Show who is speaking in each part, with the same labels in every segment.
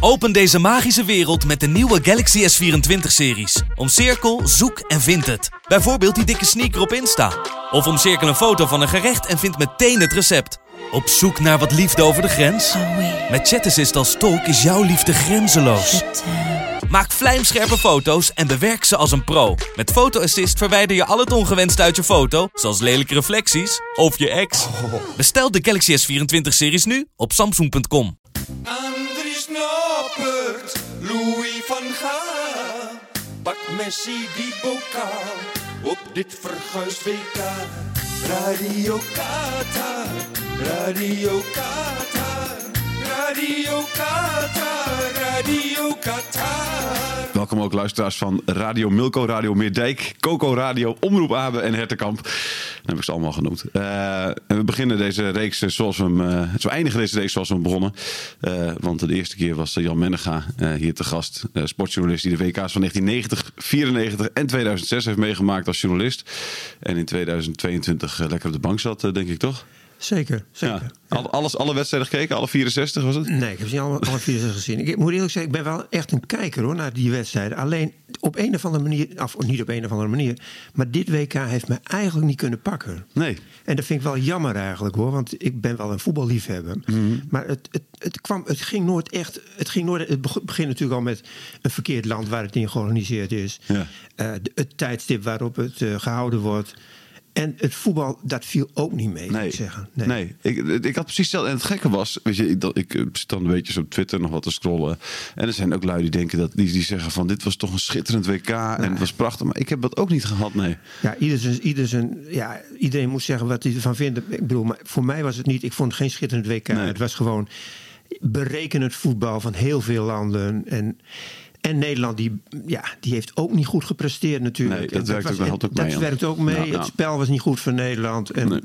Speaker 1: Open deze magische wereld met de nieuwe Galaxy S24-series. Omcirkel, zoek en vind het. Bijvoorbeeld die dikke sneaker op Insta. Of omcirkel een foto van een gerecht en vind meteen het recept. Op zoek naar wat liefde over de grens? Met Chat Assist als tolk is jouw liefde grenzeloos. Maak vlijmscherpe foto's en bewerk ze als een pro. Met Photo Assist verwijder je al het ongewenste uit je foto, zoals lelijke reflecties of je ex. Bestel de Galaxy S24-series nu op samsung.com.
Speaker 2: Andries Noppert, Louis van Gaal. Pak Messi die bokaal op dit verguisd WK. Radio Qatar, Radio Qatar, Radio Qatar, Radio Qatar.
Speaker 3: Welkom ook luisteraars van Radio Milko, Radio Meerdijk, Coco Radio, Omroep Abe en Hertenkamp. Dat heb ik ze allemaal genoemd. Eh, en we beginnen deze reeks eh, zoals we hem... eh, zo eindigen deze reeks zoals we hem begonnen. Eh, want de eerste keer was eh, Jan Mennega eh, hier te gast. eh, sportjournalist die de WK's van 1990, 94 en 2006 heeft meegemaakt als journalist. En in 2022 eh, lekker op de bank zat, eh, denk ik toch?
Speaker 4: Zeker, zeker.
Speaker 3: Ja. Al- alles, alle wedstrijden gekeken? Alle 64 was het?
Speaker 4: Nee, ik heb ze niet alle, alle vier zes gezien. Ik moet eerlijk zeggen, ik ben wel echt een kijker hoor, naar die wedstrijden. Alleen op een of andere manier, of niet op een of andere manier, maar dit WK heeft me eigenlijk niet kunnen pakken.
Speaker 3: Nee.
Speaker 4: En dat vind ik wel jammer eigenlijk hoor, want ik ben wel een voetballiefhebber.
Speaker 3: Mhm.
Speaker 4: Maar het, het, het, kwam, het ging nooit echt. Het, ging nooit, het beg- begint natuurlijk al met een verkeerd land waar het in georganiseerd is.
Speaker 3: Ja.
Speaker 4: Eh, de- het tijdstip waarop het eh, gehouden wordt. En het voetbal, dat viel ook niet mee, moet
Speaker 3: Nee,
Speaker 4: ik zeggen.
Speaker 3: nee. Ik, ik had precies hetzelfde. En het gekke was, weet je, ik, dat, ik eh, zit dan een beetje zo op Twitter nog wat te scrollen. En er zijn ook lui die denken dat die, die zeggen van dit was toch een schitterend WK en het was prachtig. Maar ik heb dat ook niet gehad, nee.
Speaker 4: Ja, ieder zijn, ieder zijn, ja, iedereen moet zeggen wat hij ervan vindt. Ik bedoel, maar voor mij was het niet. Ik vond het geen schitterend WK.
Speaker 3: Nee.
Speaker 4: Het was gewoon berekenend voetbal van heel veel landen. En, en Nederland, die, ja, die heeft ook niet goed gepresteerd natuurlijk.
Speaker 3: Nee, dat
Speaker 4: En
Speaker 3: werkt ook-
Speaker 4: was-
Speaker 3: houdt ook
Speaker 4: dat
Speaker 3: mee, ja.
Speaker 4: werkt ook mee.
Speaker 3: Ja, ja.
Speaker 4: Het spel was niet goed voor Nederland. En,
Speaker 3: Nee.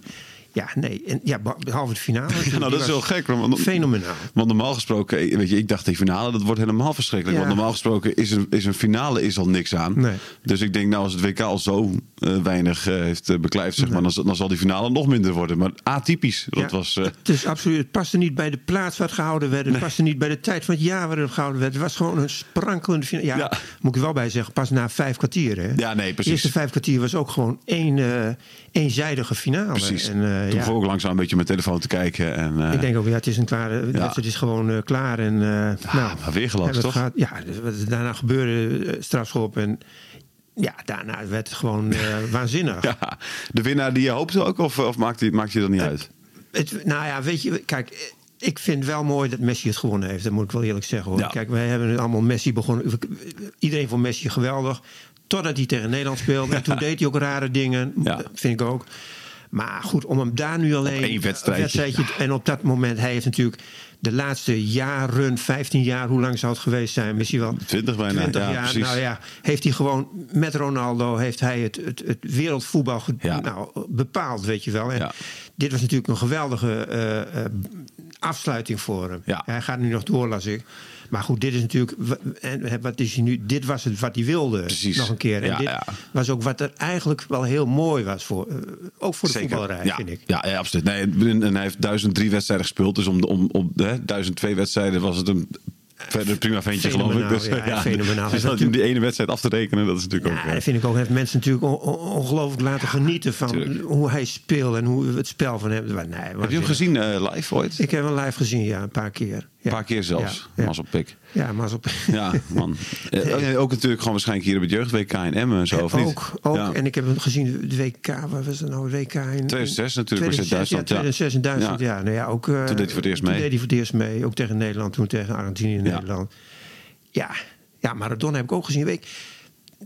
Speaker 4: Ja, nee. En, ja, beh- behalve de finale.
Speaker 3: Ja, nou,
Speaker 4: Die
Speaker 3: dat is
Speaker 4: was
Speaker 3: wel gek. Want,
Speaker 4: Fenomenaal.
Speaker 3: Want normaal gesproken, eh, weet je, ik dacht die finale, dat wordt helemaal verschrikkelijk.
Speaker 4: Ja.
Speaker 3: Want normaal gesproken is een, is een finale is al niks aan.
Speaker 4: Nee.
Speaker 3: Dus ik denk, nou, als het WK al zo eh, weinig eh, heeft eh, beklijft, zeg maar, dan, dan zal die finale nog minder worden. Maar atypisch, dat
Speaker 4: Ja,
Speaker 3: was... eh,
Speaker 4: Het, is absoluut, het paste niet bij de plaats waar het gehouden werd. Het paste niet bij de tijd van het jaar waar het gehouden werd. Het was gewoon een sprankelende finale. Ja,
Speaker 3: Ja.
Speaker 4: moet ik er wel bij zeggen, pas na vijf kwartier. Hè?
Speaker 3: Ja, nee,
Speaker 4: De
Speaker 3: precies.
Speaker 4: eerste vijf kwartier was ook gewoon één, eh, eenzijdige finale.
Speaker 3: Precies.
Speaker 4: En, eh,
Speaker 3: Toen
Speaker 4: ja,
Speaker 3: begon ik ook langzaam een beetje op mijn telefoon te kijken. En, eh,
Speaker 4: ik denk ook, ja, het is, een klare, de wedstrijd is gewoon eh, klaar. En, eh nou,
Speaker 3: Ah, maar weer gelast,
Speaker 4: hebben we het
Speaker 3: toch?
Speaker 4: gehad. ja, dus wat er daarna gebeurde, eh, strafschop. En ja, daarna werd het gewoon eh, waanzinnig.
Speaker 3: Ja, de winnaar die je hoopte ook, of, of maakt, die, maakt je dat niet
Speaker 4: Eh,
Speaker 3: uit?
Speaker 4: Het, nou ja, weet je, kijk, eh, ik vind wel mooi dat Messi het gewonnen heeft. Dat moet ik wel eerlijk zeggen hoor.
Speaker 3: Ja.
Speaker 4: Kijk, wij hebben allemaal Messi begonnen. Iedereen vond Messi geweldig. Totdat hij tegen Nederland speelde. En toen deed hij ook rare dingen.
Speaker 3: Ja.
Speaker 4: Vind ik ook. Maar goed, om hem daar nu alleen.
Speaker 3: één wedstrijdje.
Speaker 4: En op dat moment, hij heeft natuurlijk de laatste jaren, 15 jaar, hoe lang zou het geweest zijn? Misschien wel
Speaker 3: 20 bijna, ja,
Speaker 4: jaar.
Speaker 3: precies.
Speaker 4: Nou ja, heeft hij gewoon met Ronaldo heeft hij het, het, het wereldvoetbal ge-
Speaker 3: Ja.
Speaker 4: nou, bepaald, weet je wel. En
Speaker 3: Ja.
Speaker 4: Dit was natuurlijk een geweldige eh, eh, afsluiting voor hem.
Speaker 3: Ja.
Speaker 4: Hij gaat nu nog door, las ik. Maar goed, dit is natuurlijk. wa- En hè, wat is hij nu? Dit was het wat hij wilde.
Speaker 3: Precies.
Speaker 4: Nog een keer. En
Speaker 3: Ja,
Speaker 4: dit
Speaker 3: ja.
Speaker 4: was ook wat er eigenlijk wel heel mooi was voor. eh, ook voor de voetballerij,
Speaker 3: ja,
Speaker 4: vind ik.
Speaker 3: Ja, ja, absoluut. Nee, en- en hij heeft 1003 wedstrijden gespeeld. Dus om, de- om, om hè, 1002 wedstrijden was het een verder prima ventje, geloof ik.
Speaker 4: Fenomenaal,
Speaker 3: Dus,
Speaker 4: ja, fenomenaal.
Speaker 3: Dus dat om die ene wedstrijd af te rekenen, dat is natuurlijk
Speaker 4: Ja,
Speaker 3: ook...
Speaker 4: dat
Speaker 3: eh,
Speaker 4: vind ik ook. Heeft mensen natuurlijk on- on- ongelooflijk laten genieten van
Speaker 3: tuurlijk.
Speaker 4: hoe hij speelt en hoe het spel van hem. Nee,
Speaker 3: Heb je hem gezien eh, live ooit?
Speaker 4: Ik heb hem live gezien, ja, een paar keer. Ja.
Speaker 3: Een paar keer zelfs.
Speaker 4: Ja, ja.
Speaker 3: Was op pik.
Speaker 4: Ja, maar als op.
Speaker 3: Ja, man. Eh, ook- ook natuurlijk gewoon waarschijnlijk hier op het jeugd-WK in Emmen en zo, of niet?
Speaker 4: Eh, ook, ook.
Speaker 3: Ja.
Speaker 4: En ik heb hem gezien, de WK, waar was het nou? WK in
Speaker 3: 2006 natuurlijk, was het
Speaker 4: 2006,
Speaker 3: Duitsland,
Speaker 4: Ja, 2006 in
Speaker 3: ja.
Speaker 4: Duitsland, ja. Nou ja ook,
Speaker 3: Toen
Speaker 4: eh,
Speaker 3: deed hij voor het eerst
Speaker 4: toen
Speaker 3: mee.
Speaker 4: deed hij voor het eerst mee, ook tegen Nederland, toen tegen Argentinië en
Speaker 3: Ja.
Speaker 4: Nederland. Ja. ja, Maradona heb ik ook gezien. Ik,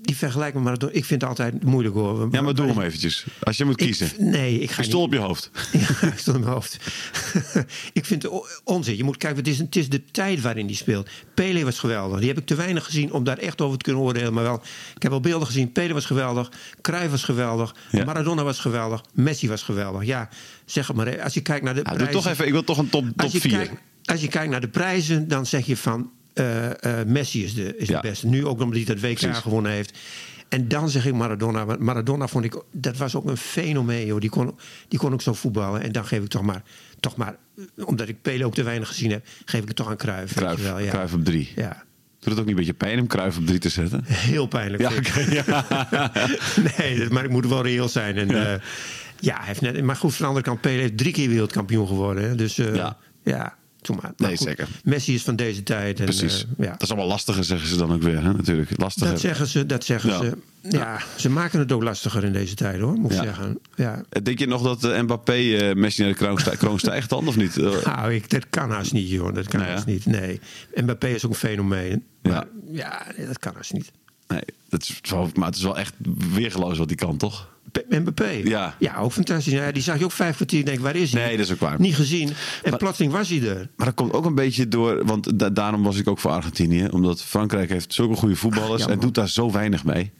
Speaker 4: die vergelijking met Maradona, ik vind het altijd moeilijk hoor.
Speaker 3: Ja, maar doe hem eventjes. Als je moet
Speaker 4: Ik-
Speaker 3: kiezen.
Speaker 4: nee, ik ga
Speaker 3: Pistool
Speaker 4: niet.
Speaker 3: op je hoofd.
Speaker 4: Ja, stond in mijn hoofd. ik vind het o- onzin. Je moet kijken, het is, een- het is de tijd waarin die speelt. Pele was geweldig. Die heb ik te weinig gezien om daar echt over te kunnen oordelen. Maar wel, ik heb al beelden gezien. Pele was geweldig. Cruijff was geweldig.
Speaker 3: Ja.
Speaker 4: Maradona was geweldig. Messi was geweldig. Ja, zeg het maar. hè. Als je kijkt naar de
Speaker 3: Ja, doe
Speaker 4: prijzen-
Speaker 3: toch even, ik wil toch een top, top
Speaker 4: als je
Speaker 3: 4.
Speaker 4: Kijkt, als je kijkt naar de prijzen, dan zeg je van eh, eh, Messi is, de, is
Speaker 3: Ja.
Speaker 4: de beste. Nu ook omdat hij dat WK
Speaker 3: Precies.
Speaker 4: gewonnen heeft. En dan zeg ik Maradona. Want Maradona vond ik, dat was ook een fenomeen. Joh. Die, kon, die kon ook zo voetballen. En dan geef ik toch maar, toch maar eh, omdat ik Pele ook te weinig gezien heb, geef ik het toch aan Cruijff. weet
Speaker 3: Kruif,
Speaker 4: je wel, ja.
Speaker 3: Kruif op 3.
Speaker 4: Ja.
Speaker 3: Doet het ook niet een beetje pijn om Kruif op 3 te zetten?
Speaker 4: Heel pijnlijk.
Speaker 3: Ja,
Speaker 4: vind ik.
Speaker 3: oké, ja.
Speaker 4: nee, dat- maar ik moet wel reëel zijn. En, ja. ja, hij heeft net, maar goed, van de andere kant, Pele heeft drie keer wereldkampioen geworden. hè. Dus eh,
Speaker 3: Ja.
Speaker 4: ja. toen maar. Maar
Speaker 3: Nee, zeker.
Speaker 4: Messi is van deze tijd. En,
Speaker 3: Precies.
Speaker 4: eh, ja.
Speaker 3: Dat is allemaal lastiger, zeggen ze dan ook weer. Hè? Natuurlijk, lastiger.
Speaker 4: Dat zeggen ze, dat zeggen
Speaker 3: Ja.
Speaker 4: ze. Ja, ze maken het ook lastiger in deze tijd hoor, moet ik
Speaker 3: Ja.
Speaker 4: zeggen. Ja.
Speaker 3: Eh, Denk je nog dat eh, Mbappé eh, Messi naar de kroon, stij- kroon stijgt dan, of niet? Eh,
Speaker 4: Nou, ik, dat kan haast niet, joh. Dat kan
Speaker 3: Nou ja.
Speaker 4: haast niet. Nee. Mbappé is ook een fenomeen.
Speaker 3: Ja.
Speaker 4: Maar, ja, nee, dat kan haast niet.
Speaker 3: nee, dat is wel, maar het is wel echt weergeloos wat die kan, toch?
Speaker 4: P- Mbappé?
Speaker 3: Ja.
Speaker 4: Ja, ook fantastisch. Nou Ja, die zag je ook vijf kwartier. Ik denk, waar is hij?
Speaker 3: Nee, dat is ook waar.
Speaker 4: Niet gezien. En
Speaker 3: Maar-
Speaker 4: plotseling was hij er.
Speaker 3: Maar dat komt ook een beetje door, want da- daarom was ik ook voor Argentinië. Omdat Frankrijk heeft zulke goede
Speaker 4: Ach,
Speaker 3: voetballers
Speaker 4: ja,
Speaker 3: en
Speaker 4: man.
Speaker 3: doet daar zo weinig mee.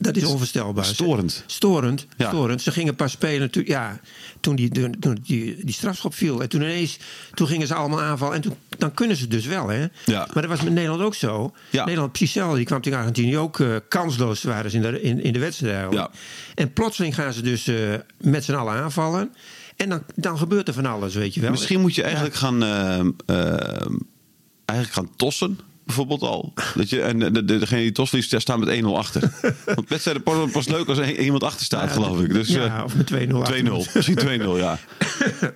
Speaker 4: Dat is onvoorstelbaar.
Speaker 3: Storend.
Speaker 4: Storend,
Speaker 3: Ja.
Speaker 4: storend. Ze gingen pas spelen toen, ja, toen, die, toen toen die, die strafschop viel. En toen ineens, toen gingen ze allemaal aanvallen. En toen, dan kunnen ze het dus wel, hè.
Speaker 3: Ja.
Speaker 4: Maar dat was met Nederland ook zo.
Speaker 3: Ja.
Speaker 4: Nederland precies hetzelfde. Die kwam tegen Argentinië ook eh, kansloos waren ze in de, in, in de wedstrijd. eigenlijk.
Speaker 3: Ja.
Speaker 4: En plotseling gaan ze dus eh, met z'n allen aanvallen. En dan, dan gebeurt er van alles, weet je wel.
Speaker 3: Misschien moet je eigenlijk gaan, ehm, ehm, eigenlijk gaan tossen. Bijvoorbeeld al. Dat je, en de, de, degene die tos liefst, daar staan met 1-0 achter. Want wedstrijden worden pas leuk als er iemand achter staat,
Speaker 4: Ja,
Speaker 3: geloof ik. Dus,
Speaker 4: ja,
Speaker 3: eh,
Speaker 4: of met 2-0 achter
Speaker 3: 2-0. Misschien 2-0, ja.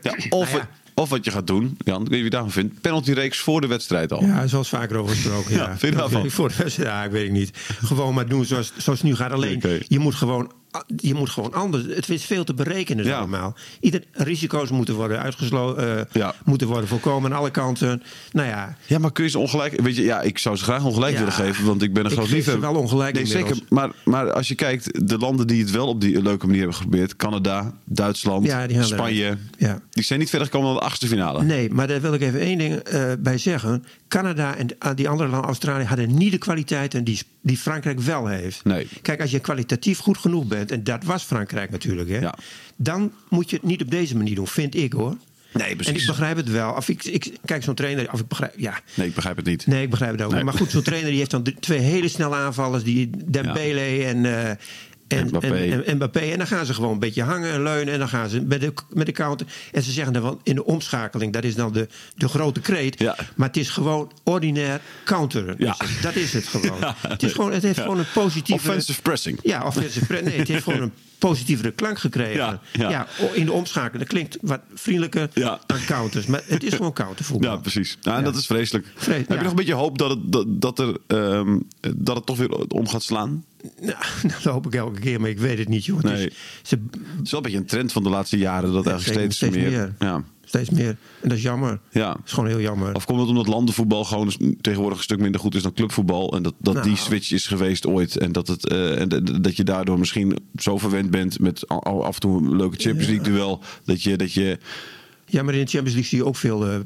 Speaker 3: ja, of,
Speaker 4: Nou ja.
Speaker 3: of wat je gaat doen, Jan, ik weet niet wie je daarvan vindt. Penalty-reeks voor de wedstrijd al.
Speaker 4: Ja, er is wel eens vaker over gesproken. ja.
Speaker 3: Ja, vind je daarvan?
Speaker 4: Voor de wedstrijd, ja, ik weet het niet. Gewoon maar doen zoals, zoals het nu gaat. Alleen,
Speaker 3: Oké.
Speaker 4: je, moet gewoon, je moet gewoon anders. Het is veel te berekenen
Speaker 3: Ja.
Speaker 4: allemaal. Ieder risico's moeten worden uitgesloten,
Speaker 3: Ja.
Speaker 4: moeten worden voorkomen aan alle kanten. Nou ja,
Speaker 3: Ja, maar kun je ze ongelijk... Weet je, ja, ik zou ze graag ongelijk
Speaker 4: Ja.
Speaker 3: willen geven, want ik ben een
Speaker 4: Ik
Speaker 3: groot
Speaker 4: geef ze
Speaker 3: liefhebber.
Speaker 4: wel ongelijk
Speaker 3: Nee,
Speaker 4: inmiddels.
Speaker 3: zeker. Maar, maar als je kijkt, de landen die het wel op die leuke manier hebben geprobeerd... Canada, Duitsland,
Speaker 4: Ja, die gaan
Speaker 3: Spanje...
Speaker 4: eruit. Ja.
Speaker 3: Die zijn niet verder gekomen dan de achtste finale.
Speaker 4: nee, maar daar wil ik even één ding eh, bij zeggen. Canada en eh, die andere landen, Australië, hadden niet de kwaliteiten die, die Frankrijk wel heeft.
Speaker 3: Nee.
Speaker 4: Kijk, als je kwalitatief goed genoeg bent, en dat was Frankrijk natuurlijk, hè,
Speaker 3: Ja.
Speaker 4: dan moet je het niet op deze manier doen, vind ik hoor.
Speaker 3: Nee,
Speaker 4: En ik begrijp het wel. Of ik, ik kijk zo'n trainer. Of ik begrijp, ja.
Speaker 3: Nee, ik begrijp het niet.
Speaker 4: Nee, ik begrijp het ook.
Speaker 3: Nee.
Speaker 4: Maar goed, zo'n trainer die heeft dan drie- twee hele snelle aanvallers. Die Dembele en, eh en,
Speaker 3: Mbappé.
Speaker 4: en, en, en Mbappé. En dan gaan ze gewoon een beetje hangen en leunen. En dan gaan ze met de, met de counter. En ze zeggen dan wel in de omschakeling. Dat is dan de, de grote kreet.
Speaker 3: Ja.
Speaker 4: Maar het is gewoon ordinair counteren.
Speaker 3: Ja.
Speaker 4: Dus Dat is het gewoon.
Speaker 3: Ja.
Speaker 4: Het, is gewoon het heeft
Speaker 3: Ja.
Speaker 4: gewoon een positieve...
Speaker 3: Offensive pressing.
Speaker 4: Ja, offensive pressing. Nee, het heeft gewoon een positievere klank gekregen.
Speaker 3: Ja, ja.
Speaker 4: o- in de omschakeling. Dat klinkt wat vriendelijker
Speaker 3: Ja.
Speaker 4: dan counters. Maar het is gewoon countervoetbal.
Speaker 3: Ja, precies. Nou, en
Speaker 4: Ja.
Speaker 3: dat is vreselijk.
Speaker 4: Vres-
Speaker 3: Heb
Speaker 4: ja.
Speaker 3: je nog een beetje hoop dat het, dat, dat er, ehm, dat het toch weer om gaat slaan?
Speaker 4: Nou, dat hoop ik elke keer, maar ik weet het niet, joh. Het
Speaker 3: Nee.
Speaker 4: is- ze,
Speaker 3: Het is wel een beetje een trend van de laatste jaren. Dat eigenlijk
Speaker 4: steeds,
Speaker 3: steeds,
Speaker 4: steeds meer.
Speaker 3: meer... Ja.
Speaker 4: Steeds meer. En dat is jammer.
Speaker 3: Ja.
Speaker 4: Dat is gewoon heel jammer.
Speaker 3: Of komt het omdat landenvoetbal gewoon tegenwoordig een stuk minder goed is dan clubvoetbal? En dat, dat
Speaker 4: Nou.
Speaker 3: die switch is geweest ooit. En dat, het, eh, en d- d- dat je daardoor misschien zo verwend bent met a- a- af en toe een leuke Champions League duel. Dat je, dat je
Speaker 4: ja, maar in de Champions League zie je ook veel eh eh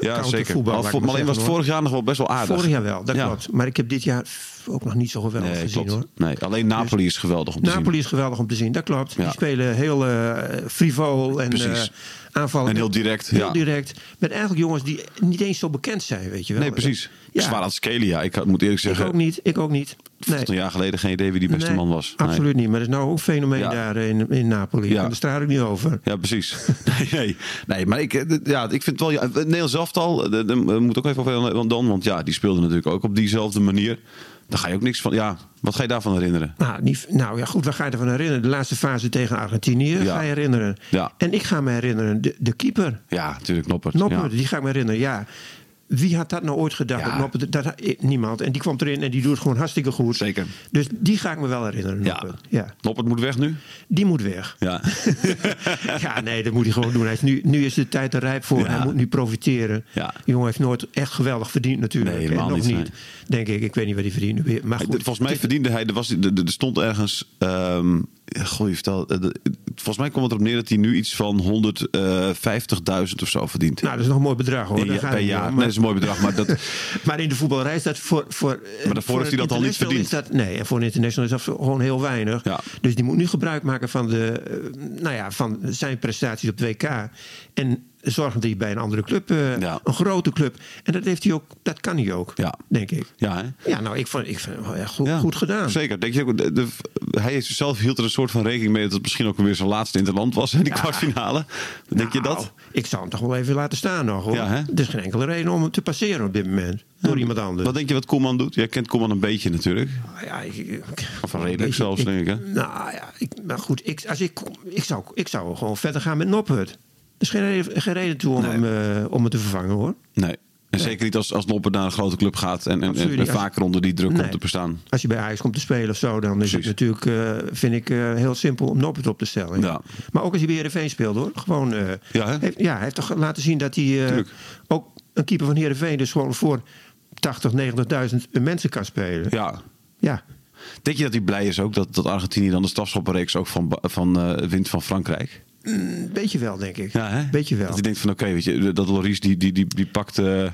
Speaker 3: ja, zeker.
Speaker 4: countervoetbal.
Speaker 3: Maar,
Speaker 4: laat ik
Speaker 3: vo- maar alleen was
Speaker 4: zeggen,
Speaker 3: het
Speaker 4: hoor.
Speaker 3: vorig jaar nog wel best wel aardig.
Speaker 4: Vorig jaar wel, dat
Speaker 3: Ja.
Speaker 4: klopt. Maar ik heb dit jaar f- ook nog niet zo geweldig
Speaker 3: Nee,
Speaker 4: gezien, hoor. Dus
Speaker 3: klopt. Nee, alleen Napoli is geweldig om te zien.
Speaker 4: Napoli is geweldig om te zien, dat klopt.
Speaker 3: Ja.
Speaker 4: Die spelen heel eh frivol en eh
Speaker 3: Precies.
Speaker 4: aanvallend.
Speaker 3: En heel direct,
Speaker 4: Heel
Speaker 3: ja.
Speaker 4: direct. Met eigenlijk jongens die niet eens zo bekend zijn, weet je wel. eh,
Speaker 3: Nee, precies.
Speaker 4: Ja.
Speaker 3: Zwaar aan Scalia. Ik had- moet eerlijk
Speaker 4: Ik
Speaker 3: zeggen,
Speaker 4: ook niet, ik ook niet. Nee.
Speaker 3: tot een jaar geleden geen idee wie die beste
Speaker 4: Nee,
Speaker 3: man was. Nee.
Speaker 4: Absoluut niet. Maar er is nou ook een fenomeen
Speaker 3: Ja.
Speaker 4: daar in, in Napoli.
Speaker 3: Ja.
Speaker 4: En Daar straal ik niet over.
Speaker 3: Ja, precies. Nee, nee. nee maar ik, eh, d- ja, ik vind het wel... Ja, het Nederlands elftal, eh, daar daar moet ook even over want dan. Want ja, die speelde natuurlijk ook op diezelfde manier. Daar ga je ook niks van... Ja, wat ga je daarvan herinneren?
Speaker 4: Nou, die, nou ja, goed, waar ga je ervan herinneren? De laatste fase tegen Argentinië
Speaker 3: Ja.
Speaker 4: ga je herinneren.
Speaker 3: Ja.
Speaker 4: En ik ga me herinneren, de, de keeper,
Speaker 3: Ja, natuurlijk Noppert.
Speaker 4: Noppert,
Speaker 3: Ja.
Speaker 4: die ga ik me herinneren, ja. Wie had dat nou ooit gedacht?
Speaker 3: Ja.
Speaker 4: Dat Noppen- dat, eh, niemand. En die kwam erin en die doet het gewoon hartstikke goed.
Speaker 3: Zeker.
Speaker 4: Dus die ga ik me wel herinneren.
Speaker 3: Ja.
Speaker 4: Noppen. ja.
Speaker 3: Noppert moet weg nu.
Speaker 4: Die moet weg.
Speaker 3: Ja.
Speaker 4: ja, nee, dat moet hij gewoon doen. Hij is nu, nu is de tijd er rijp voor.
Speaker 3: Ja.
Speaker 4: Hij moet nu profiteren.
Speaker 3: Ja.
Speaker 4: Die jongen heeft nooit echt geweldig verdiend natuurlijk.
Speaker 3: Nee, helemaal
Speaker 4: En nog
Speaker 3: niet,
Speaker 4: niet. Denk ik. Ik weet niet wat hij verdient. nu weer. Maar goed,
Speaker 3: Volgens mij
Speaker 4: het-
Speaker 3: verdiende hij, er, was, er, er- er stond ergens, ehm goh, je vertelt, eh, de- volgens mij kwam het erop neer dat hij nu iets van 150.000 of zo verdient.
Speaker 4: Nou, dat is nog een mooi bedrag hoor.
Speaker 3: In-
Speaker 4: Daar gaat
Speaker 3: per
Speaker 4: het
Speaker 3: jaar.
Speaker 4: niet om.
Speaker 3: Nee, dat is een mooi bedrag, maar dat,
Speaker 4: Maar in de voetbalreis is dat voor. voor eh,
Speaker 3: Maar daarvoor
Speaker 4: voor
Speaker 3: heeft hij
Speaker 4: een
Speaker 3: dat al niet
Speaker 4: international
Speaker 3: verdiend.
Speaker 4: is dat- nee, en voor een international is dat gewoon heel weinig.
Speaker 3: Ja.
Speaker 4: Dus die moet nu gebruik maken van, de, eh, nou ja, van zijn prestaties op 2K. En zorgen dat hij bij een andere club, eh,
Speaker 3: Ja.
Speaker 4: een grote club. En dat, heeft hij ook, dat kan hij ook,
Speaker 3: Ja.
Speaker 4: denk ik.
Speaker 3: ja, hè?
Speaker 4: Ja, nou, ik vond, ik vind hem wel echt goed,
Speaker 3: Ja,
Speaker 4: goed gedaan.
Speaker 3: Zeker. Denk je ook, de, de- hij is zelf hield er een soort van rekening mee dat het misschien ook weer zijn laatste in het land was, hè, die
Speaker 4: Ja.
Speaker 3: kwartfinale. Denk je
Speaker 4: Nou,
Speaker 3: dat?
Speaker 4: Ik zou hem toch wel even laten staan nog hoor.
Speaker 3: Ja, hè?
Speaker 4: Er is geen enkele reden om hem te passeren op dit moment. Door iemand anders.
Speaker 3: Wat denk je wat Koeman doet? Jij kent Koeman een beetje natuurlijk.
Speaker 4: Nou Ja, ik, ik-
Speaker 3: Of redelijk zelfs, denk ik, hè?
Speaker 4: Nou ja, ik, maar goed, ik, als ik, ik, zou, ik zou gewoon verder gaan met Noppert. Er is geen reden, geen reden toe om,
Speaker 3: Nee.
Speaker 4: hem, eh, om het te vervangen, hoor.
Speaker 3: Nee. En zeker niet als, als Noppen naar een grote club gaat en, en,
Speaker 4: Absoluut
Speaker 3: en
Speaker 4: niet. Als-
Speaker 3: vaker onder die druk
Speaker 4: Nee.
Speaker 3: komt te bestaan.
Speaker 4: Als je bij Ajax komt te spelen of zo, dan is het natuurlijk, eh, vind ik, eh, heel simpel om Noppert op te stellen.
Speaker 3: Ja.
Speaker 4: Maar ook als hij bij Heerenveen speelt, hoor. Gewoon, eh,
Speaker 3: Ja, hè?
Speaker 4: heeft, ja, hij heeft toch laten zien dat hij eh,
Speaker 3: Tuurlijk.
Speaker 4: ook een keeper van Heerenveen dus gewoon voor 80, 90.000 mensen kan spelen.
Speaker 3: Ja.
Speaker 4: ja.
Speaker 3: Denk je dat hij blij is ook dat, dat Argentinië dan de strafschoppenreeks ook van, ba- van eh, wint van Frankrijk?
Speaker 4: Een beetje wel, denk ik.
Speaker 3: Ja, hè?
Speaker 4: Beetje wel.
Speaker 3: Dat hij denkt van oké, weet je, dat Loris die, die, die, die pakt eh,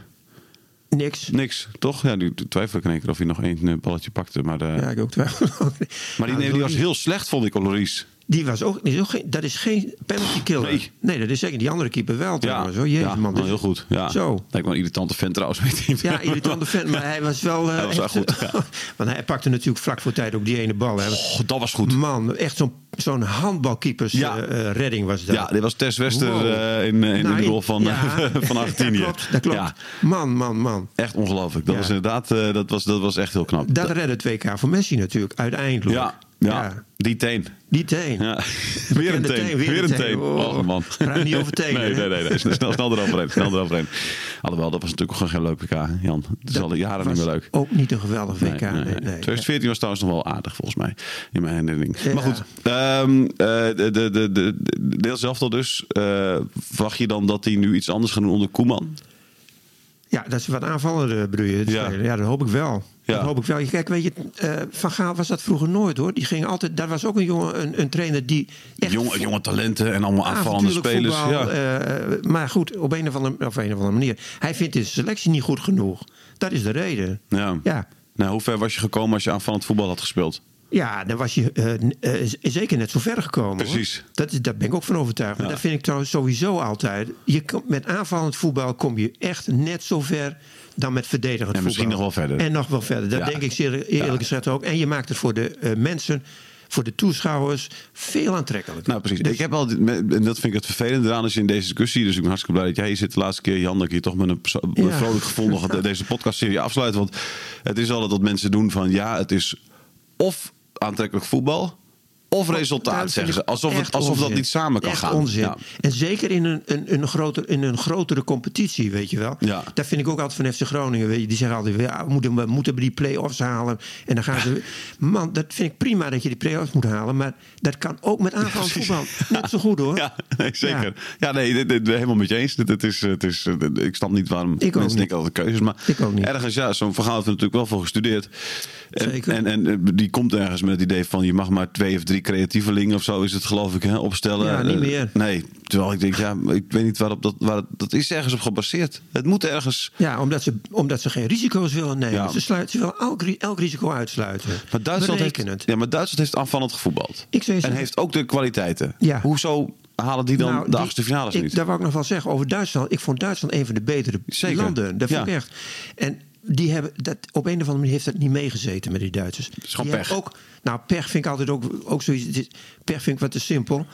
Speaker 4: Niks.
Speaker 3: niks, toch? Ja, nu twijfel ik in één keer of hij nog één eh, balletje pakte. Maar, eh,
Speaker 4: Ja, ik ook twijfel.
Speaker 3: maar die,
Speaker 4: Nou,
Speaker 3: nee, die was heel slecht, vond ik, op Loris.
Speaker 4: Die was ook, die is ook geen, dat is geen penalty killer.
Speaker 3: Nee.
Speaker 4: Nee. dat is zeker die andere keeper wel.
Speaker 3: Ja,
Speaker 4: Trouwens, hoor. Jezus,
Speaker 3: ja,
Speaker 4: man.
Speaker 3: wel
Speaker 4: Dus-
Speaker 3: heel goed. Ja.
Speaker 4: Zo.
Speaker 3: Lijkt wel een irritante vent trouwens. Weet ik.
Speaker 4: Ja, irritante vent, maar hij was wel... eh,
Speaker 3: Hij was wel
Speaker 4: echt-
Speaker 3: goed,
Speaker 4: Want hij pakte natuurlijk vlak voor tijd ook die ene bal. Hè.
Speaker 3: Oh, dat was goed.
Speaker 4: Man, echt zo'n zo'n handbalkeepers
Speaker 3: Ja.
Speaker 4: eh, eh, redding was dat.
Speaker 3: Ja, dit was Tess Wester
Speaker 4: Wow.
Speaker 3: eh, in, eh, in
Speaker 4: Nou,
Speaker 3: de rol van,
Speaker 4: ja.
Speaker 3: van Argentinië.
Speaker 4: dat klopt, dat klopt.
Speaker 3: Ja,
Speaker 4: Man, man, man.
Speaker 3: echt ongelooflijk. Dat
Speaker 4: Ja.
Speaker 3: was inderdaad, eh, dat, was, dat was echt heel knap.
Speaker 4: Dat redde 2K voor Messi natuurlijk, uiteindelijk.
Speaker 3: ja, ja, die teen.
Speaker 4: Die teen.
Speaker 3: Ja. Weer een
Speaker 4: Bekende
Speaker 3: teen,
Speaker 4: teen,
Speaker 3: weer een teen.
Speaker 4: Oh,
Speaker 3: Oh man.
Speaker 4: praat niet over tenen,
Speaker 3: Nee, nee,
Speaker 4: hè?
Speaker 3: nee. nee. Snel, snel eroverheen, snel eroverheen. Alhoewel, dat was natuurlijk gewoon geen leuk WK, hè, Jan. Het is
Speaker 4: Dat
Speaker 3: al jaren
Speaker 4: was
Speaker 3: niet meer leuk.
Speaker 4: Ook niet een geweldig WK. Nee, nee,
Speaker 3: 2014 was trouwens nog wel aardig volgens mij. In mijn herinnering.
Speaker 4: Ja.
Speaker 3: Maar goed. ehm, eh, de, de, de, de, de deel zelf al dus. eh, verwacht je dan dat hij nu iets anders gaat doen onder Koeman?
Speaker 4: Ja, dat ze wat aanvallen bedoel je.
Speaker 3: Ja.
Speaker 4: Ja. ja, dat hoop ik wel.
Speaker 3: Ja.
Speaker 4: Dat hoop ik wel. Je- Kijk, weet je, eh, Van Gaal was dat vroeger nooit hoor. Die ging altijd, daar was ook een jongen, een, een trainer die echt
Speaker 3: Jonge, jonge talenten en allemaal aanvallende
Speaker 4: avontuurlijk
Speaker 3: spelers.
Speaker 4: voetbal,
Speaker 3: ja.
Speaker 4: eh, maar goed, op een, of andere, op een of andere manier. Hij vindt de selectie niet goed genoeg. Dat is de reden.
Speaker 3: ja.
Speaker 4: Ja,
Speaker 3: Nou, hoe ver was je gekomen als je aanvallend voetbal had gespeeld?
Speaker 4: ja dan was je eh, n- eh, z- zeker net zo ver gekomen. hoor.
Speaker 3: Precies.
Speaker 4: Dat, is, daar ben ik ook van overtuigd. Maar
Speaker 3: Ja.
Speaker 4: dat vind ik trouwens sowieso altijd. Je komt met aanvallend voetbal kom je echt net zo ver dan met verdedigend
Speaker 3: En
Speaker 4: voetbal.
Speaker 3: misschien nog wel verder.
Speaker 4: En nog wel verder. Dat
Speaker 3: Ja.
Speaker 4: denk ik zeer, eerlijk
Speaker 3: Ja.
Speaker 4: gezegd ook. En je maakt het voor de eh, mensen, voor de toeschouwers, veel aantrekkelijker.
Speaker 3: Nou, precies.
Speaker 4: Dus-
Speaker 3: Ik heb al, en dat vind ik het vervelende eraan als je in deze discussie. Dus ik ben hartstikke blij dat jij hier zit de laatste keer, Jan. Dat ik hier toch met een perso-
Speaker 4: Ja.
Speaker 3: vrolijk gevoel nog de- deze podcastserie afsluit. Want het is altijd dat mensen doen van ja, het is of aantrekkelijk voetbal. Of resultaat,
Speaker 4: Dat vind
Speaker 3: zeggen ze.
Speaker 4: ik
Speaker 3: Alsof, het,
Speaker 4: echt
Speaker 3: alsof dat
Speaker 4: onzin.
Speaker 3: niet samen kan
Speaker 4: Echt
Speaker 3: gaan.
Speaker 4: onzin.
Speaker 3: Ja.
Speaker 4: En zeker in een, een, een, groter, in een grotere competitie, weet je wel.
Speaker 3: Ja.
Speaker 4: Dat vind ik ook altijd van FC Groningen. Weet je, die zeggen altijd, ja, we, moeten, we moeten die play-offs halen. En dan gaan ze... Man, dat vind ik prima dat je die play-offs moet halen. Maar dat kan ook met aanvallend
Speaker 3: Precies.
Speaker 4: voetbal. Net zo goed, hoor.
Speaker 3: Ja, nee, zeker. Ja,
Speaker 4: Ja.
Speaker 3: nee, dit, dit- helemaal met je eens. Dit, dit is, het is, eh, dit- ik snap niet waarom
Speaker 4: ook
Speaker 3: mensen
Speaker 4: niet.
Speaker 3: denken altijd keuzes. Maar
Speaker 4: Ik ook niet.
Speaker 3: ergens, ja, zo'n verhaal heeft er natuurlijk wel voor gestudeerd. En,
Speaker 4: Zeker.
Speaker 3: En, en eh, die komt ergens met het idee van je mag maar twee of drie creatievelingen of zo is het geloof ik hè, opstellen.
Speaker 4: Ja, niet
Speaker 3: Eh,
Speaker 4: meer.
Speaker 3: nee, terwijl ik denk, ja, maar ik weet niet waarop dat, waar, dat is ergens op gebaseerd. Het moet ergens...
Speaker 4: Ja, omdat ze, omdat ze geen risico's willen nemen.
Speaker 3: Ja.
Speaker 4: Ze, sluiten, ze willen elk, ri- elk risico uitsluiten.
Speaker 3: Maar Duitsland, heeft,
Speaker 4: Berekenen het.
Speaker 3: ja, maar Duitsland heeft aanvallend gevoetbald.
Speaker 4: Ik zou je
Speaker 3: en
Speaker 4: zeggen-
Speaker 3: heeft ook de kwaliteiten.
Speaker 4: Ja.
Speaker 3: Hoezo halen die dan
Speaker 4: Nou,
Speaker 3: de
Speaker 4: die-
Speaker 3: achtste finales
Speaker 4: ik,
Speaker 3: niet?
Speaker 4: Daar wou ik nog wel zeggen over Duitsland. Ik vond Duitsland een van de betere
Speaker 3: Zeker.
Speaker 4: landen. Dat vind
Speaker 3: Ja.
Speaker 4: ik echt. En die hebben dat, op een of andere manier heeft dat niet meegezeten met die Duitsers.
Speaker 3: is gewoon
Speaker 4: Die hebben
Speaker 3: pech.
Speaker 4: Ook, nou, pech vind ik altijd ook, ook zoiets. het is- Pech vind ik wat te simpel.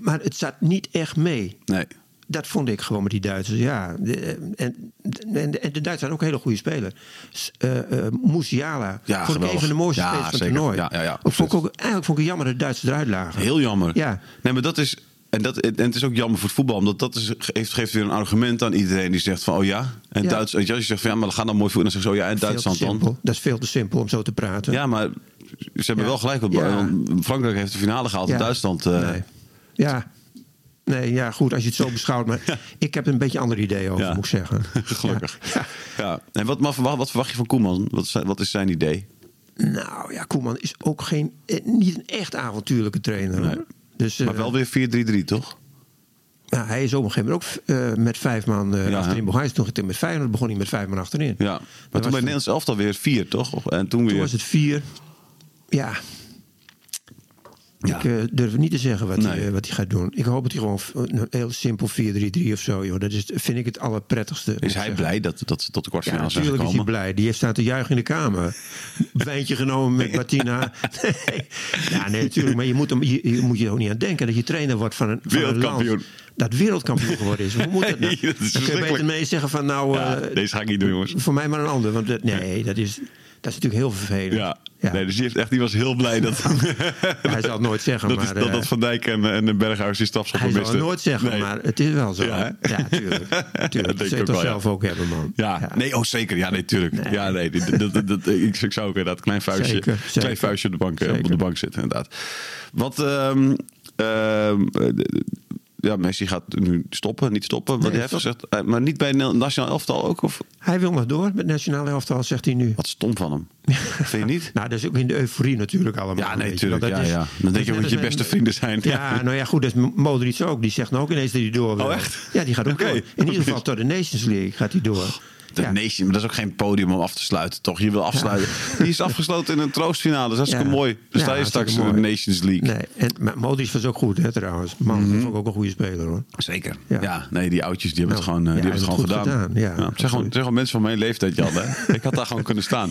Speaker 4: Maar het zat niet echt mee.
Speaker 3: Mhm. Nee.
Speaker 4: Dat vond ik gewoon met die Duitsers, ja. De- En, en, en de Duitsers zijn ook een hele goede speler. S- eh, eh, Musiala.
Speaker 3: Ja,
Speaker 4: vond ik
Speaker 3: geweldig.
Speaker 4: een van de mooiste
Speaker 3: Ja,
Speaker 4: spelers van het
Speaker 3: zeker.
Speaker 4: toernooi.
Speaker 3: Ja, ja, ja,
Speaker 4: Ook vond ik ook, eigenlijk vond ik het jammer dat de Duitsers eruit lagen.
Speaker 3: Heel jammer.
Speaker 4: Ja.
Speaker 3: Nee, maar dat is. en, dat, en het is ook jammer voor het voetbal, omdat dat is, geeft, geeft weer een argument aan iedereen die zegt van, oh ja, en
Speaker 4: Ja.
Speaker 3: Duits, weet je, als je zegt van, ja, maar dan gaan dan mooi voetballen, dan zeggen ze, oh ja, en
Speaker 4: Veel te
Speaker 3: Duitsland dan.
Speaker 4: simpel. Dat is veel te simpel om zo te praten.
Speaker 3: Ja, maar ze hebben
Speaker 4: Ja.
Speaker 3: wel gelijk. Op,
Speaker 4: Ja.
Speaker 3: want Frankrijk heeft de finale gehaald
Speaker 4: Ja.
Speaker 3: en Duitsland. eh,
Speaker 4: Nee. Ja. Nee, ja, goed, als je het zo beschouwt. Maar ik heb een beetje een ander idee over,
Speaker 3: Ja.
Speaker 4: moet ik zeggen.
Speaker 3: Gelukkig.
Speaker 4: Ja.
Speaker 3: Ja. En wat, maar verwacht, wat verwacht je van Koeman? Wat is, zijn- wat is zijn idee?
Speaker 4: Nou ja, Koeman is ook geen, eh, niet een echt avontuurlijke trainer. hoor.
Speaker 3: Nee.
Speaker 4: Dus, eh,
Speaker 3: maar wel weer 4-3-3, toch?
Speaker 4: nou, hij is op een gegeven moment ook eh, met vijf man eh,
Speaker 3: Ja, hè?
Speaker 4: achterin begonnen. Hij is toen getraind met vijf, maar dan begon hij met vijf man achterin.
Speaker 3: Ja. Maar
Speaker 4: Dat
Speaker 3: toen bij
Speaker 4: was
Speaker 3: het Nederlands elftal weer 4, toch? Of- En toen weer...
Speaker 4: Toen was het vier. Ja.
Speaker 3: Ja.
Speaker 4: Ik eh, durf niet te zeggen wat, hij,
Speaker 3: Nee.
Speaker 4: eh, wat hij gaat doen. Ik hoop dat hij gewoon v- een heel simpel 4-3-3 of zo. Joh. Dat is, vind ik het allerprettigste. moet ik
Speaker 3: Is hij
Speaker 4: zeggen.
Speaker 3: blij dat, dat ze tot de
Speaker 4: Ja,
Speaker 3: kwartfinale zijn
Speaker 4: natuurlijk is hij
Speaker 3: gekomen?
Speaker 4: blij. Die heeft staan te juichen in de kamer. Wijntje genomen met Martina. Nee. Ja, nee, natuurlijk. Maar je moet, hem, je, je moet je er ook niet aan denken dat je trainer wordt van een, van een
Speaker 3: Wereldkampioen.
Speaker 4: land dat wereldkampioen geworden is. Hoe moet dat nou?
Speaker 3: Nee, dat is
Speaker 4: Dan kun je beter
Speaker 3: verschrikkelijk.
Speaker 4: mee zeggen van nou,
Speaker 3: Ja,
Speaker 4: eh,
Speaker 3: deze ga ik niet doen, jongens.
Speaker 4: voor mij maar een ander. Want dat, nee, dat is, dat is natuurlijk heel vervelend.
Speaker 3: Ja. Nee, dus die, heeft echt, die was heel blij dat...
Speaker 4: Hij zal het nooit zeggen,
Speaker 3: dat,
Speaker 4: maar,
Speaker 3: is, dat,
Speaker 4: eh,
Speaker 3: dat Van Dijk en, en Berghuis die
Speaker 4: Hij
Speaker 3: stafschopper
Speaker 4: zal
Speaker 3: misten.
Speaker 4: het nooit zeggen,
Speaker 3: Nee.
Speaker 4: maar het is wel zo.
Speaker 3: Ja,
Speaker 4: Ja,
Speaker 3: hè?
Speaker 4: tuurlijk.
Speaker 3: Dat denk
Speaker 4: tuurlijk. Dat
Speaker 3: ik
Speaker 4: zul je
Speaker 3: ook
Speaker 4: toch
Speaker 3: wel, ja.
Speaker 4: zelf ook hebben, man.
Speaker 3: Ja, nee, oh zeker. Ja, nee, tuurlijk. Ja, nee, dit- dat, dat, dat- ik, ik zou ook inderdaad een klein vuistje,
Speaker 4: Zeker,
Speaker 3: Klein
Speaker 4: zeker.
Speaker 3: vuistje op, de bank, eh, op de
Speaker 4: Zeker.
Speaker 3: bank zitten, inderdaad. Wat, ehm, ehm, eh, ja, Messi gaat nu stoppen, niet stoppen. Wat hij heeft
Speaker 4: stop.
Speaker 3: gezegd, eh, maar niet bij het Nationaal Elftal ook? Of?
Speaker 4: Hij wil nog door met nationale elftal, zegt hij nu.
Speaker 3: Wat stom van hem. Vind je niet?
Speaker 4: Nou, dat is ook in de euforie natuurlijk allemaal.
Speaker 3: Ja, nee,
Speaker 4: weet je,
Speaker 3: tuurlijk.
Speaker 4: want
Speaker 3: Ja,
Speaker 4: dat is-
Speaker 3: ja. Dan
Speaker 4: dat
Speaker 3: denk
Speaker 4: is
Speaker 3: je ook
Speaker 4: net
Speaker 3: dat je
Speaker 4: als
Speaker 3: beste
Speaker 4: met-
Speaker 3: vrienden zijn.
Speaker 4: Ja, nou ja, goed, dat is Modric ook. Die zegt nou ook ineens dat hij door wil.
Speaker 3: Oh, echt?
Speaker 4: Ja, die gaat ook
Speaker 3: Oké.
Speaker 4: door. In ieder geval tot de Nations League gaat hij door.
Speaker 3: De
Speaker 4: ja.
Speaker 3: Nation, maar dat is ook geen podium om af te sluiten, toch? Je wil afsluiten. Die is afgesloten in een troostfinale. Dat is hartstikke
Speaker 4: Ja.
Speaker 3: mooi. Dus
Speaker 4: Ja,
Speaker 3: daar is
Speaker 4: hartstikke
Speaker 3: straks in de
Speaker 4: mooi.
Speaker 3: Nations League. Mhm.
Speaker 4: Nee, en, maar Modric was ook goed, hè, trouwens. Man, dat vond ik ook een goede speler, hoor.
Speaker 3: Zeker. Ja.
Speaker 4: Ja.
Speaker 3: nee, die oudjes die hebben
Speaker 4: Nou,
Speaker 3: het gewoon, eh,
Speaker 4: ja,
Speaker 3: die hebben het
Speaker 4: hij
Speaker 3: gewoon
Speaker 4: heeft het
Speaker 3: gedaan.
Speaker 4: goed gedaan, ja.
Speaker 3: het zijn gewoon, het zijn gewoon mensen van mijn leeftijd, Jan. Hè? Ik had daar gewoon kunnen staan.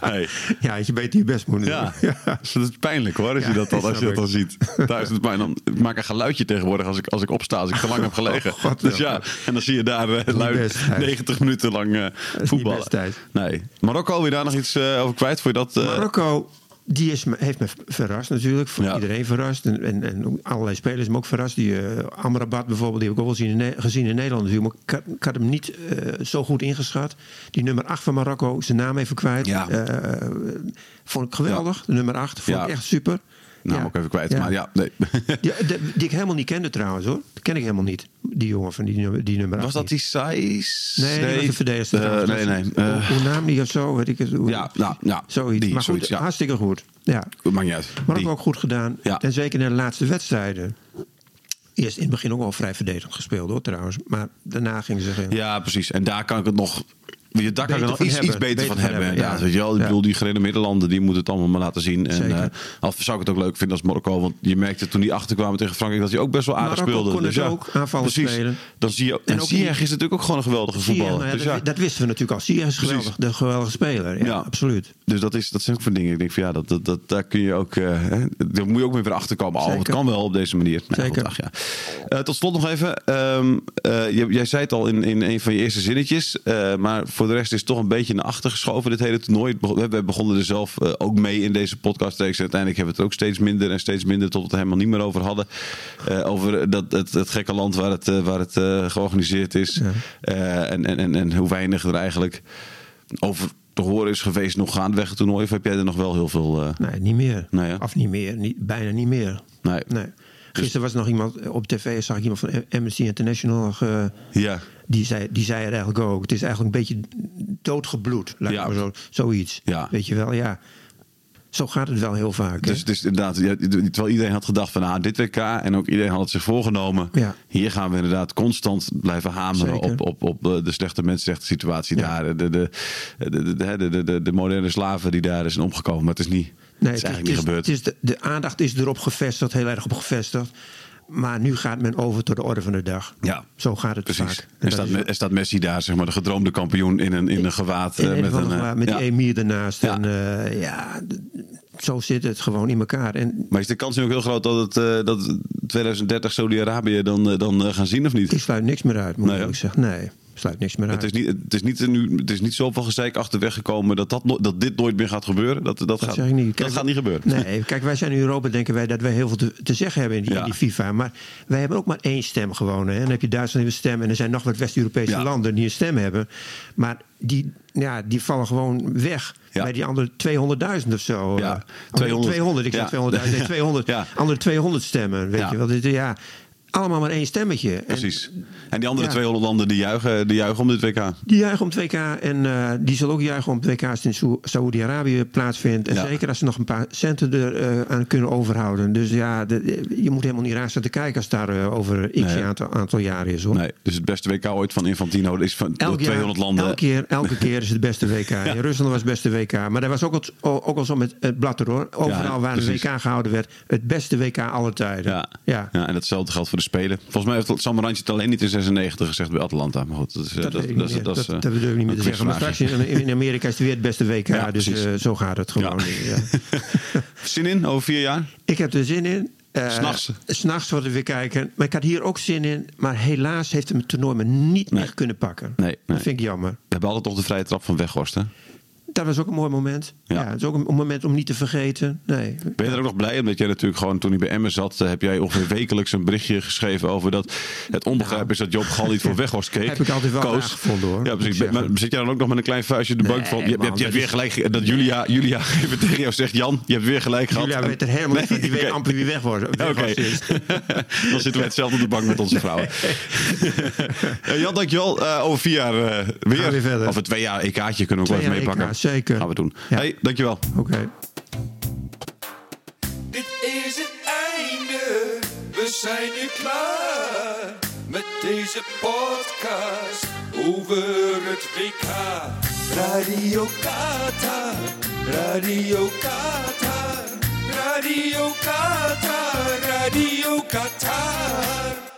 Speaker 3: Hey.
Speaker 4: Ja, had je beter je best moeten doen.
Speaker 3: Ja. Dus dat is pijnlijk hoor, als je
Speaker 4: Ja,
Speaker 3: dat dan, als je dat
Speaker 4: snap
Speaker 3: dan ziet. Daar is het pijn. Dan, ik maak een geluidje tegenwoordig als ik, als ik opsta, als ik te lang heb gelegen.
Speaker 4: Oh, God,
Speaker 3: dus
Speaker 4: ja.
Speaker 3: ja, en dan zie je daar eh,
Speaker 4: niet
Speaker 3: luid
Speaker 4: best, hè.
Speaker 3: 90 minuten lang eh,
Speaker 4: niet
Speaker 3: voetballen.
Speaker 4: best, Thijs.
Speaker 3: nee. Marokko, wil je daar nog iets eh, over kwijt? Voor je dat, eh,
Speaker 4: Marokko, die is, me- heeft me verrast natuurlijk. Voor
Speaker 3: Ja.
Speaker 4: Iedereen verrast. En, en, en ook allerlei spelers me ook verrast. Die eh, Amrabat bijvoorbeeld, die heb ik ook wel zien in Ne- gezien in Nederland natuurlijk. Maar ik had, ik had hem niet eh, zo goed ingeschat. Die nummer 8 van Marokko, zijn naam even kwijt.
Speaker 3: Ja.
Speaker 4: Eh, vond ik geweldig. De nummer 8 vond
Speaker 3: Ja.
Speaker 4: ik echt super.
Speaker 3: Nou,
Speaker 4: Ja.
Speaker 3: ook even kwijt. Maar ja, nee.
Speaker 4: Die, de- die ik helemaal niet kende trouwens hoor. Die ken ik helemaal niet. Die jongen van die, nummer- die nummer 8.
Speaker 3: Was dat die size?
Speaker 4: Nee, die was een verdedigster.
Speaker 3: Eh,
Speaker 4: trouwens.
Speaker 3: nee, nee.
Speaker 4: Hoe-
Speaker 3: eh,
Speaker 4: Hoe naam die of zo, weet ik het. Hoe,
Speaker 3: Ja, nou, ja,
Speaker 4: zoiets.
Speaker 3: die,
Speaker 4: maar goed,
Speaker 3: zoiets, ja.
Speaker 4: hartstikke goed. Ja.
Speaker 3: maakt niet uit.
Speaker 4: Maar
Speaker 3: Die.
Speaker 4: ook, ook goed gedaan.
Speaker 3: Ja.
Speaker 4: En zeker in de laatste wedstrijden. Eerst in het begin ook al vrij verdedigend gespeeld hoor trouwens. Maar daarna gingen ze geen...
Speaker 3: Ja, precies. En daar kan ik het nog. je- Daar kan ik
Speaker 4: Beter
Speaker 3: er nog
Speaker 4: van
Speaker 3: iets,
Speaker 4: hebben.
Speaker 3: iets beter,
Speaker 4: Beter
Speaker 3: van
Speaker 4: van
Speaker 3: hebben.
Speaker 4: hebben,
Speaker 3: inderdaad.
Speaker 4: ja.
Speaker 3: Weet je wel? Ik
Speaker 4: Ja.
Speaker 3: bedoel, die gerenommeerde landen die moeten het allemaal maar laten zien. En,
Speaker 4: Zeker.
Speaker 3: eh, al zou ik het ook leuk vinden als Marokko. Want je merkte toen die achterkwamen tegen Frankrijk dat hij ook best wel aardig
Speaker 4: Marokko
Speaker 3: speelde.
Speaker 4: kon het
Speaker 3: dus ja,
Speaker 4: ook, aanvallen
Speaker 3: precies.
Speaker 4: spelen.
Speaker 3: Dan zie je, en
Speaker 4: En ook
Speaker 3: Ziyech
Speaker 4: die-
Speaker 3: is natuurlijk ook gewoon een geweldige
Speaker 4: Zie je,
Speaker 3: voetballer.
Speaker 4: nou ja,
Speaker 3: Dus,
Speaker 4: dat,
Speaker 3: ja,
Speaker 4: dat wisten we natuurlijk al. Zie is geweldig,
Speaker 3: Precies.
Speaker 4: de geweldige speler. Ja,
Speaker 3: Ja.
Speaker 4: absoluut.
Speaker 3: dus dat, is, dat zijn ook van dingen. Ik denk van ja, dat, dat, dat, daar kun je ook. eh, hè, daar moet je ook weer weer achter komen. Oh, het
Speaker 4: Zeker.
Speaker 3: kan wel op deze manier. Nou,
Speaker 4: Zeker.
Speaker 3: goed, ach ja. Eh, tot slot nog even. ehm, eh, jij, jij zei het al in, in een van je eerste zinnetjes. eh, maar voor de rest is het toch een beetje naar achter geschoven. Dit hele toernooi. Het begon- We begonnen er zelf eh, ook mee in deze podcast. En uiteindelijk hebben we het ook steeds minder en steeds minder. Tot we het er helemaal niet meer over hadden. Eh, over dat, het, het gekke land waar het, eh, waar het eh, georganiseerd is. Eh, en, en, en, en hoe weinig er eigenlijk over te horen is geweest. Nog gaandeweg het toernooi. Of heb jij er nog wel heel veel... eh,
Speaker 4: Nee, niet meer.
Speaker 3: Nee, hè?
Speaker 4: Of niet meer. Niet, bijna niet meer.
Speaker 3: Nee. Dus-
Speaker 4: Gisteren was nog iemand eh, op tv, zag ik iemand van Amnesty International. eh,
Speaker 3: Ja.
Speaker 4: die, zei, die zei het eigenlijk ook. Het is eigenlijk een beetje doodgebloed. Laat ik
Speaker 3: Ja.
Speaker 4: maar zo, zoiets.
Speaker 3: Ja.
Speaker 4: Weet je wel, ja. Zo gaat het wel heel vaak. hè?
Speaker 3: Dus het is inderdaad, ja, terwijl iedereen had gedacht van ah, dit WK en ook iedereen had het zich voorgenomen.
Speaker 4: Ja.
Speaker 3: Hier gaan we inderdaad constant blijven hameren
Speaker 4: Zeker.
Speaker 3: op, op, op eh, de slechte mensenrechten situatie
Speaker 4: Ja.
Speaker 3: daar. De, de, de, de, de, de, de, de, de moderne slaven die daar zijn omgekomen. Maar het is niet,
Speaker 4: Nee,
Speaker 3: het is
Speaker 4: het is-
Speaker 3: eigenlijk niet gebeurd.
Speaker 4: het is- de, de aandacht is erop gevestigd, heel erg op gevestigd. Maar nu gaat men over tot de orde van de dag.
Speaker 3: Ja.
Speaker 4: Zo gaat het
Speaker 3: Precies.
Speaker 4: vaak.
Speaker 3: En,
Speaker 4: dat
Speaker 3: staat,
Speaker 4: is-
Speaker 3: Me- en staat Messi daar, zeg maar, de gedroomde kampioen in een, in een gewaad.
Speaker 4: in
Speaker 3: eh,
Speaker 4: een of andere
Speaker 3: eh,
Speaker 4: gewaad met
Speaker 3: ja.
Speaker 4: die emir ernaast.
Speaker 3: Ja.
Speaker 4: En, eh, ja, d- zo zit het gewoon in elkaar. En
Speaker 3: Maar is de kans nu ook heel groot dat, het, eh, dat 2030 Saudi-Arabië dan, eh, dan eh, gaan zien of niet?
Speaker 4: ik sluit niks meer uit, moet ik
Speaker 3: Nee,
Speaker 4: eerlijk zeggen. Nee. sluit niks meer uit.
Speaker 3: Het is niet, het is niet, nu, het is niet zoveel gezeik achterweg gekomen dat, dat, no- dat dit nooit meer gaat gebeuren. Dat, dat,
Speaker 4: Dat
Speaker 3: gaat,
Speaker 4: zeg ik niet.
Speaker 3: dat
Speaker 4: Kijk,
Speaker 3: gaat niet gebeuren.
Speaker 4: Nee, kijk, wij zijn in Europa, denken wij dat wij heel veel te, te zeggen hebben in die,
Speaker 3: Ja.
Speaker 4: in die FIFA. Maar wij hebben ook maar één stem gewoon. Hè. En dan heb je Duitsland die een stem. En er zijn nog wat West-Europese
Speaker 3: Ja.
Speaker 4: landen die een stem hebben. Maar die, ja, die vallen gewoon weg.
Speaker 3: Ja.
Speaker 4: Bij die andere 200.000 of zo.
Speaker 3: Ja,
Speaker 4: Eh,
Speaker 3: 200.
Speaker 4: 200, ik
Speaker 3: Ja.
Speaker 4: zeg 200.000. Nee, 200.
Speaker 3: Ja.
Speaker 4: Andere 200 stemmen, weet
Speaker 3: Ja.
Speaker 4: je wel. Dit, ja, allemaal maar één stemmetje. En
Speaker 3: Precies. En die andere
Speaker 4: Ja.
Speaker 3: 200 landen die juichen, die juichen om dit WK.
Speaker 4: die juichen om het WK en eh, die zal ook juichen om het WK als het in Saoe- Saoedi-Arabië plaatsvindt. En
Speaker 3: Ja.
Speaker 4: zeker als ze nog een paar centen er eh, aan kunnen overhouden. Dus ja, de- je moet helemaal niet raar staan te kijken als het daar eh, over x
Speaker 3: Nee.
Speaker 4: aantal, aantal jaren is hoor.
Speaker 3: Nee, dus het beste WK ooit van Infantino is van door
Speaker 4: Elk jaar,
Speaker 3: 200 landen.
Speaker 4: Elke keer, elke keer is het beste WK. In Rusland was het beste WK. Maar dat was ook, het, ook al zo met het blatter hoor. Overal
Speaker 3: Ja,
Speaker 4: waar
Speaker 3: precies.
Speaker 4: een WK gehouden werd. Het beste WK aller tijden.
Speaker 3: Ja. Ja. en datzelfde geldt voor de Spelen. Volgens mij heeft Samaranch het alleen niet in 96 gezegd bij Atlanta. Maar goed, dat is eh,
Speaker 4: Dat, weet ik
Speaker 3: dat
Speaker 4: niet
Speaker 3: is-
Speaker 4: meer.
Speaker 3: dat
Speaker 4: dat,
Speaker 3: is, eh,
Speaker 4: dat bedoel ik niet meer
Speaker 3: een
Speaker 4: te zeggen. Maar straks
Speaker 3: quizvraagje.
Speaker 4: in, in Amerika is het weer het beste WK.
Speaker 3: Ja,
Speaker 4: dus
Speaker 3: precies.
Speaker 4: eh, zo gaat het gewoon.
Speaker 3: Ja.
Speaker 4: Ja.
Speaker 3: Zin in over vier jaar?
Speaker 4: Ik heb er zin in. Eh,
Speaker 3: S'nachts.
Speaker 4: S'nachts worden we weer kijken. Maar ik had hier ook zin in. Maar helaas heeft hem het toernooi me niet
Speaker 3: Nee.
Speaker 4: meer kunnen pakken.
Speaker 3: Nee, nee.
Speaker 4: Dat vind ik jammer.
Speaker 3: We hebben altijd nog de vrije trap van Weghorst, hè?
Speaker 4: Dat was ook een mooi moment.
Speaker 3: Ja.
Speaker 4: Ja. het is ook een, een moment om niet te vergeten. Nee.
Speaker 3: Ben je er ook nog blij? Omdat jij natuurlijk gewoon toen hij bij Emmen zat... eh, heb jij ongeveer wekelijks een berichtje geschreven over dat... het onbegrijp is dat Job Gal niet voor Weghorst keek.
Speaker 4: Heb ik altijd wel
Speaker 3: Koos.
Speaker 4: raar gevonden, hoor.
Speaker 3: Ja,
Speaker 4: Moet
Speaker 3: precies.
Speaker 4: ik zeggen.
Speaker 3: Maar zit jij dan ook nog met een klein vuistje op de bank van... Je, hebt- je
Speaker 4: man,
Speaker 3: hebt je hebt
Speaker 4: dat
Speaker 3: weer gelijk... ge- Dat Julia, Julia even tegen jou zegt... Jan, je hebt weer gelijk gehad.
Speaker 4: Julia
Speaker 3: En-
Speaker 4: weet er helemaal niet van. Die weet
Speaker 3: oké.
Speaker 4: amper wie weg was.
Speaker 3: Ja,
Speaker 4: weg
Speaker 3: Oké,
Speaker 4: was is.
Speaker 3: dan zitten we hetzelfde op de bank met onze vrouwen. Eh, Jan, dankjewel. Eh, over vier jaar eh, weer.
Speaker 4: Gaan we verder.
Speaker 3: Over twee jaar EK'tje kunnen we ook
Speaker 4: Twee
Speaker 3: wel even
Speaker 4: jaar EK,
Speaker 3: meepakken.
Speaker 4: zeker.
Speaker 3: Gaan we doen.
Speaker 4: Ja.
Speaker 3: Hey, dankjewel.
Speaker 4: Oké.
Speaker 2: Dit is het einde, we zijn nu klaar met deze podcast over het WK. Radio Qatar, Radio Qatar, Radio Qatar, Radio Qatar.